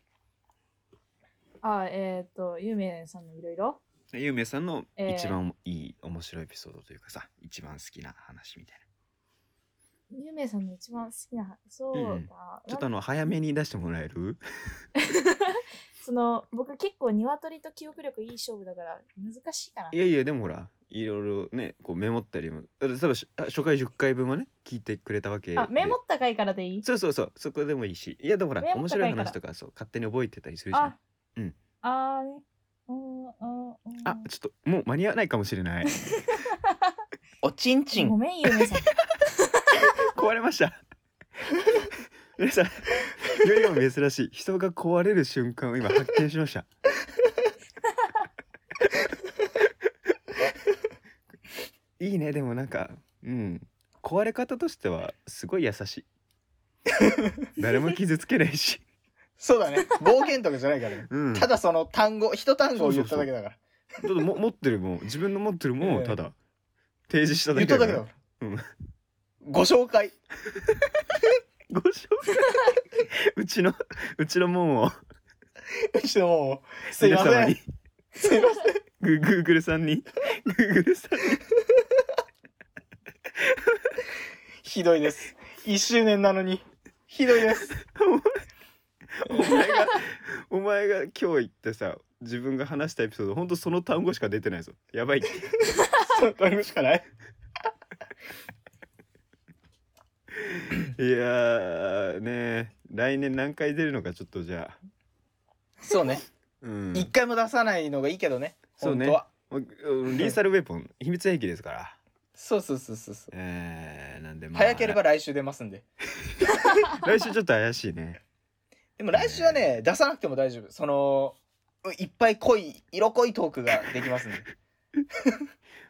あ、えっ、と、ゆうめいさんのいろいろゆうめいさんのえー一番いい、面白いエピソードというかさ一番好きな話みたいゆめさんの一番好きな話そうだ、うんなちょっとあの早めに出してもらえるその僕結構鶏と記憶力いい勝負だから難しいかないやいやでもほらいろいろねこうメモったりもだって例えばしあ初回10回分はね聞いてくれたわけあメモでった回からでいいそうそうそうそこでもいいしいやでもほらメモ面った白い回から話とかそう勝手に覚えてたりするじゃんあ、うんあーねうんうんうんあちょっともう間に合わないかもしれない <laughs> おちんちごん。めんゆめさん壊れました <laughs> 皆さんよりも珍しい人が壊れる瞬間を今発見しました <laughs> いいねでもなんかうん壊れ方としてはすごい優 <laughs> しい誰も傷つけないし、そうだね。暴言とかじゃないからね。うん、ただその単語、一単語を言っただけだから。だっても持ってるもん自分の持ってるもんをただ提示しただ言っけただだかけらだから。ご紹介。ご紹介うちのうちのもんをうちのもう、すい皆ま様にせん。すいません。ググーグルさんにグーグルさんにひどいです。一周年なのに。ひどい <laughs> です。お前がお前が今日言ってさ自分が話したエピソードほんとその単語しか出てないぞやばいってそう、取りしかない。いやーねえ来年何回出るのかちょっとじゃあそうね。うん一回も出さないのがいいけどね。そう本ね当は。まあうんリーサルウェポン秘密兵器ですからそうそうそうそうそう。えー、なんでまあ早ければ来週出ますんで。来週ちょっと怪しいねでも来週はね、出さなくても大丈夫。その、いっぱい濃い、色濃いトークができますん <laughs> で。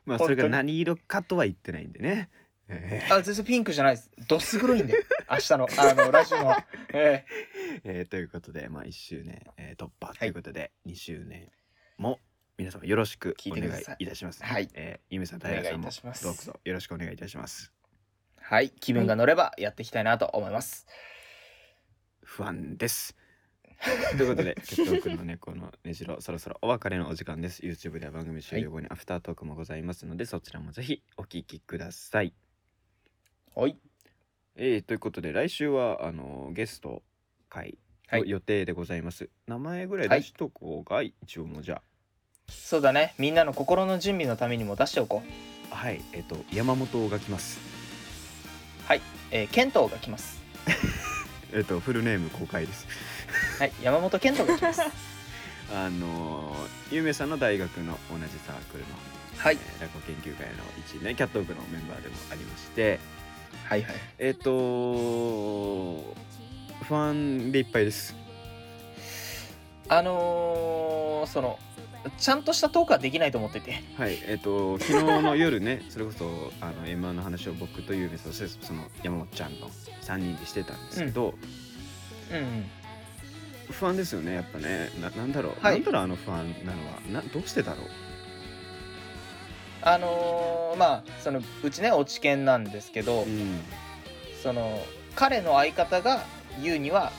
まあ本そ当れにが何色かとは言ってないんで <laughs> ね、えあ、全然ピンクじゃないです。どす黒い <laughs> んで。明日の、あの、来週の。えーえーということでまあ1周年、えー突破ということで、2周年も皆様よろしく聞いおて願くいださいいたします、はいえー、ゆめさん、おたい願いいさんもたしますどうぞよろしくお願いいたします。えはい。気分が乗ればやっていきたいなと思います。不安です。ということ <laughs> で、キャットークの猫のねじろ、そろそろお別れのお時間です。YouTube では番組終了後にアフタートークもございますので、そちらもぜひお聞きください。はい。えー、ということで、来週はあのゲスト会はいの予定でございます。名前ぐらい出しとこうが、一応もうじゃそうだね。みんなの心の準備のためにも出しておこう。あ、はい、えっ、と、山本が来ます。えー、ケントが来ます。えっ、と、フルネーム公開です。はい。山本健斗が来 <laughs> ます。あのー、ゆめさんの大学の同じサークルの、はい。えー落語研究会の一員ね、キャットークのメンバーでもありまして、はいはい。えっ、と不安でいっぱいです。あのー、その、ちゃんとしたトークはできないと思ってて。はい、えっ、と昨日の夜ね、 <laughs> それこそあの M1 の話を僕とゆめさんそしてその山本ちゃんの三人でしてたんですけど、うん、不安ですよね、やっぱね。ななんだろう、はいなんだろうあの不安なのは、などうしてだろう。あのー、まあ、その、うちね、落ち研なんですけど、その、彼の相方が言うには、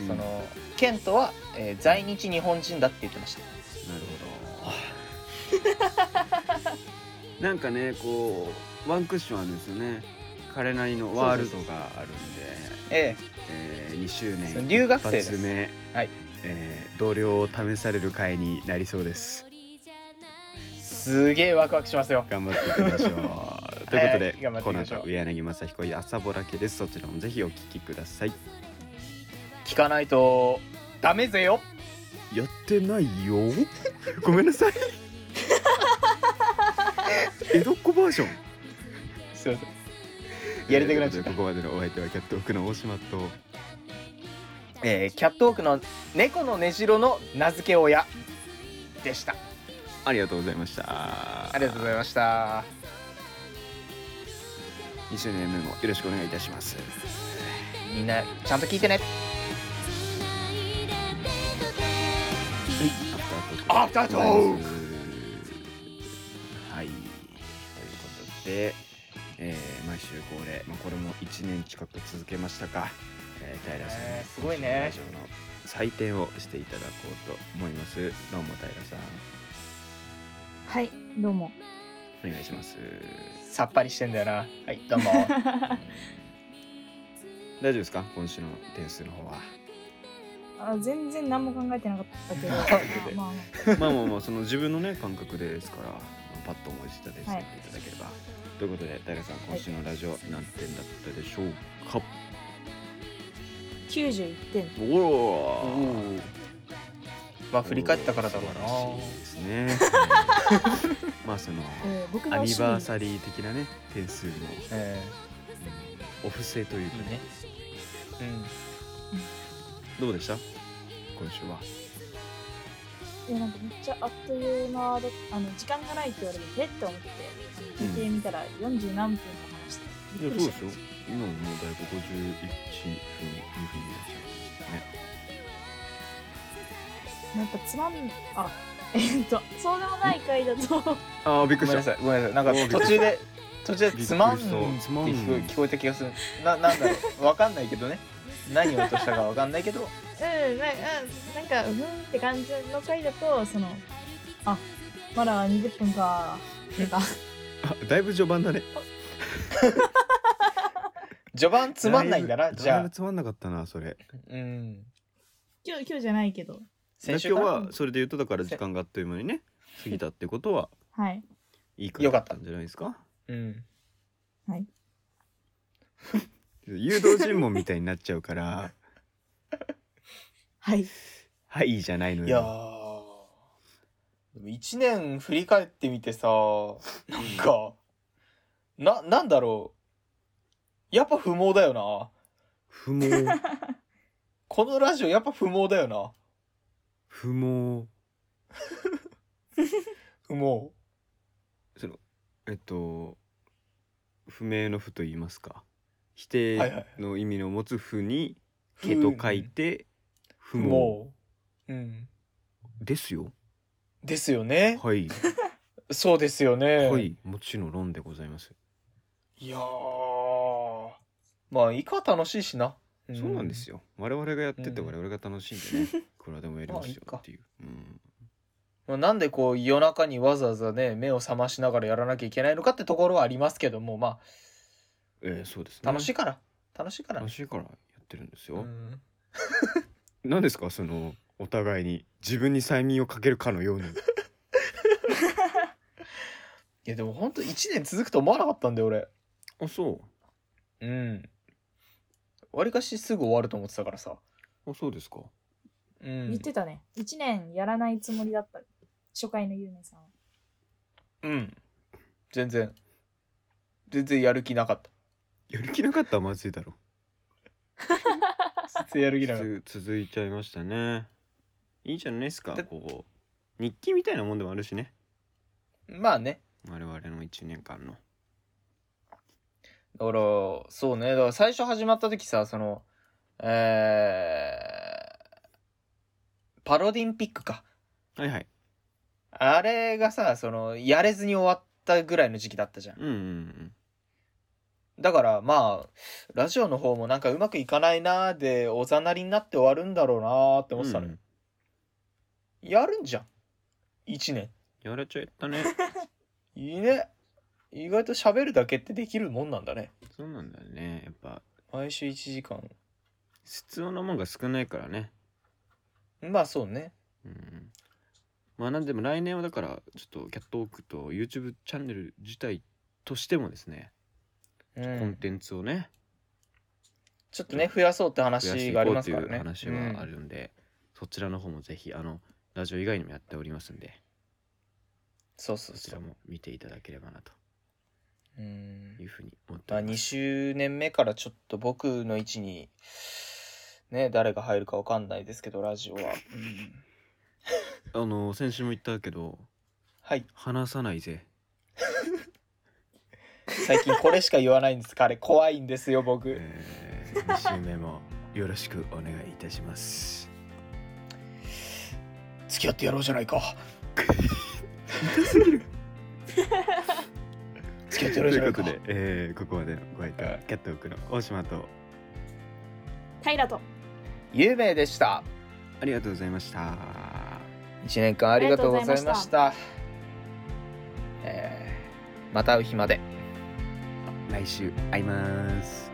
うんその、ケントは、えー在日日本人だって言ってました。なるほど。 <laughs> なんかね、こうワンクッションあるんですよね。彼なりのワールドがあるんで。ええー、2周年留学生です一発目、はいえー同僚を試される会になりそうですえすげえワクワクしますよ。頑張っていきましょうということで、はい頑張ってこいきのましょう後上柳正彦朝ぼらけですそちらもぜひお聞きください聞かないと、ダメぜよ。やってないよ <laughs> ごめんな <laughs> さい江戸っ子バージョンすいません。やりたくなっちゃとったいうことでこ。こまでのお相手はキャットオークの大島とえーキャットウォークの猫のねじろの名付け親でした。ありがとうございましたありがとうございました。 2周年目もよろしくお願いいたしますみんなちゃんと聞いてね。はい、アフタートークはい、ということで、えー、毎週恒例、まあ、これも1年近く続けましたか、えー、平さんにねすごいねラジオの採点をしていただこうと思いますどうも平さんはい、どうも。お願いしますさっぱりしてんだよなはいど <laughs> うも大丈夫ですか今週の点数の方はあ全然何も考えてなかっ <laughs> たけど、まであままああまあまあその自分のね感覚ですから、まあ、パッと思いついたですはねいいただければ、ということで平さん今週のラジオ何点だったでしょうか、 91点。おおまあ振り返ったからだろう素な晴らしいです <laughs> ねまあそのえー、僕アがニバーサリリー的なね点数のえお布施というえかいいねうんどうでした今週は、ー。いや、なんかめっちゃあっという間だあの、時間がないって言われて、えって思って、あの時計見たら40何分か話して。いびっやくそりうですよした今もうだいぶ51分2分になっちゃうねなんかつまみ、あ、えっと、そうでもない回だと、ああびっごめんなさいごめんなさいなんか途中で途中でつまんってびっくりしたつまん聞こえた気がするななんだろうわかんないけどね何を落としたかわかんないけどうん、なうん、なんか、うんって感じの回だと、その、あ、まだ20分か、とか、あだいぶ序盤だね序盤つまんないんだなぶじゃだいぶあつまんなかったなそれうん今日、今日じゃないけど、先週今日ははそれで言うとだから時間があっという間にね過ぎたってことははい。いい回だったんじゃないですかうん誘導尋問みたいになっちゃうから <laughs> はい。はいじゃないのいやよーでも一年振り返ってみてさなんかななんだろうやっぱ不毛だよな不毛このラジオやっぱ不毛だよな不毛不毛そのえっと不明の不と言いますか否定はいはいの意味の持つ不に毛と書いて不毛不毛うんですよですよね、はいそうですよねはいもちろん論でございますいやーまあいいか楽しいしな、そうなんですよよ我々がやっててうん我々が楽しいん <laughs> でねこれはでもやりますよっていううんなんでこう夜中にわざわざね目を覚ましながらやらなきゃいけないのかってところはありますけどもまえーそうですあ楽しいいから、楽しいから楽しいからやってるんですうよん何ですかそのお互いに自分に催眠をかけるかの <laughs> ようにいやでも本当一年続くと思わなかったんだよ俺あそうんわりかしすぐ終わると思ってたからさうあそうですかうん言ってたね。1年やらないつもりだった。初回のゆうねさんは。うん全然全然やる気なかっやる気なかったらまずいだろた全然やる気なかったつ続いちゃいましたねいいじゃないですかだこう日記みたいなもんでもあるしねまあね我々の1年間のだからそうねだから最初始まった時さそのえー、パロディンピックかはいはいあれがさそのやれずに終わったぐらいの時期だったじゃんうんうんうんだからまあラジオの方もなんかうまくいかないなーでおざなりになって終わるんだろうなーって思ってたのよ、やるんじゃん1年やられちゃった <laughs> ねいいね意外と喋るだけってできるもんなんだねそうなんだよねやっぱ毎週1時間必要なもんが少ないからねまあそうねうんまあなんでも来年はだからちょっとキャットウォークと YouTube チャンネル自体としてもですね、うコンんテンツをねちょっとね増やそうって増やして話いがこありうまとすいからねう話はあるんで、そちらの方もぜひあのラジオ以外にもやっておりますんでそうそうそちそらうも見ていただければなとうんいうふうに思ってまあおり2ます、周年目からちょっと僕の位置にね誰が入るかわかんないですけどラジオは、うんあ、の先週も言ったけどはい話さないぜ最近これしか言わないんです彼怖いんですよ僕え <laughs> ー、2週目もよろしくお願いいたします付き合ってやろうじゃないか痛す <laughs> ぎる付き合ってとやろういじゃなういこかとで、えーここまでのご相手ははいキャットウォークの大島と平と。有名でしたありがとうございました。 1年間ありがとうございましたまた会う日まで来週会います。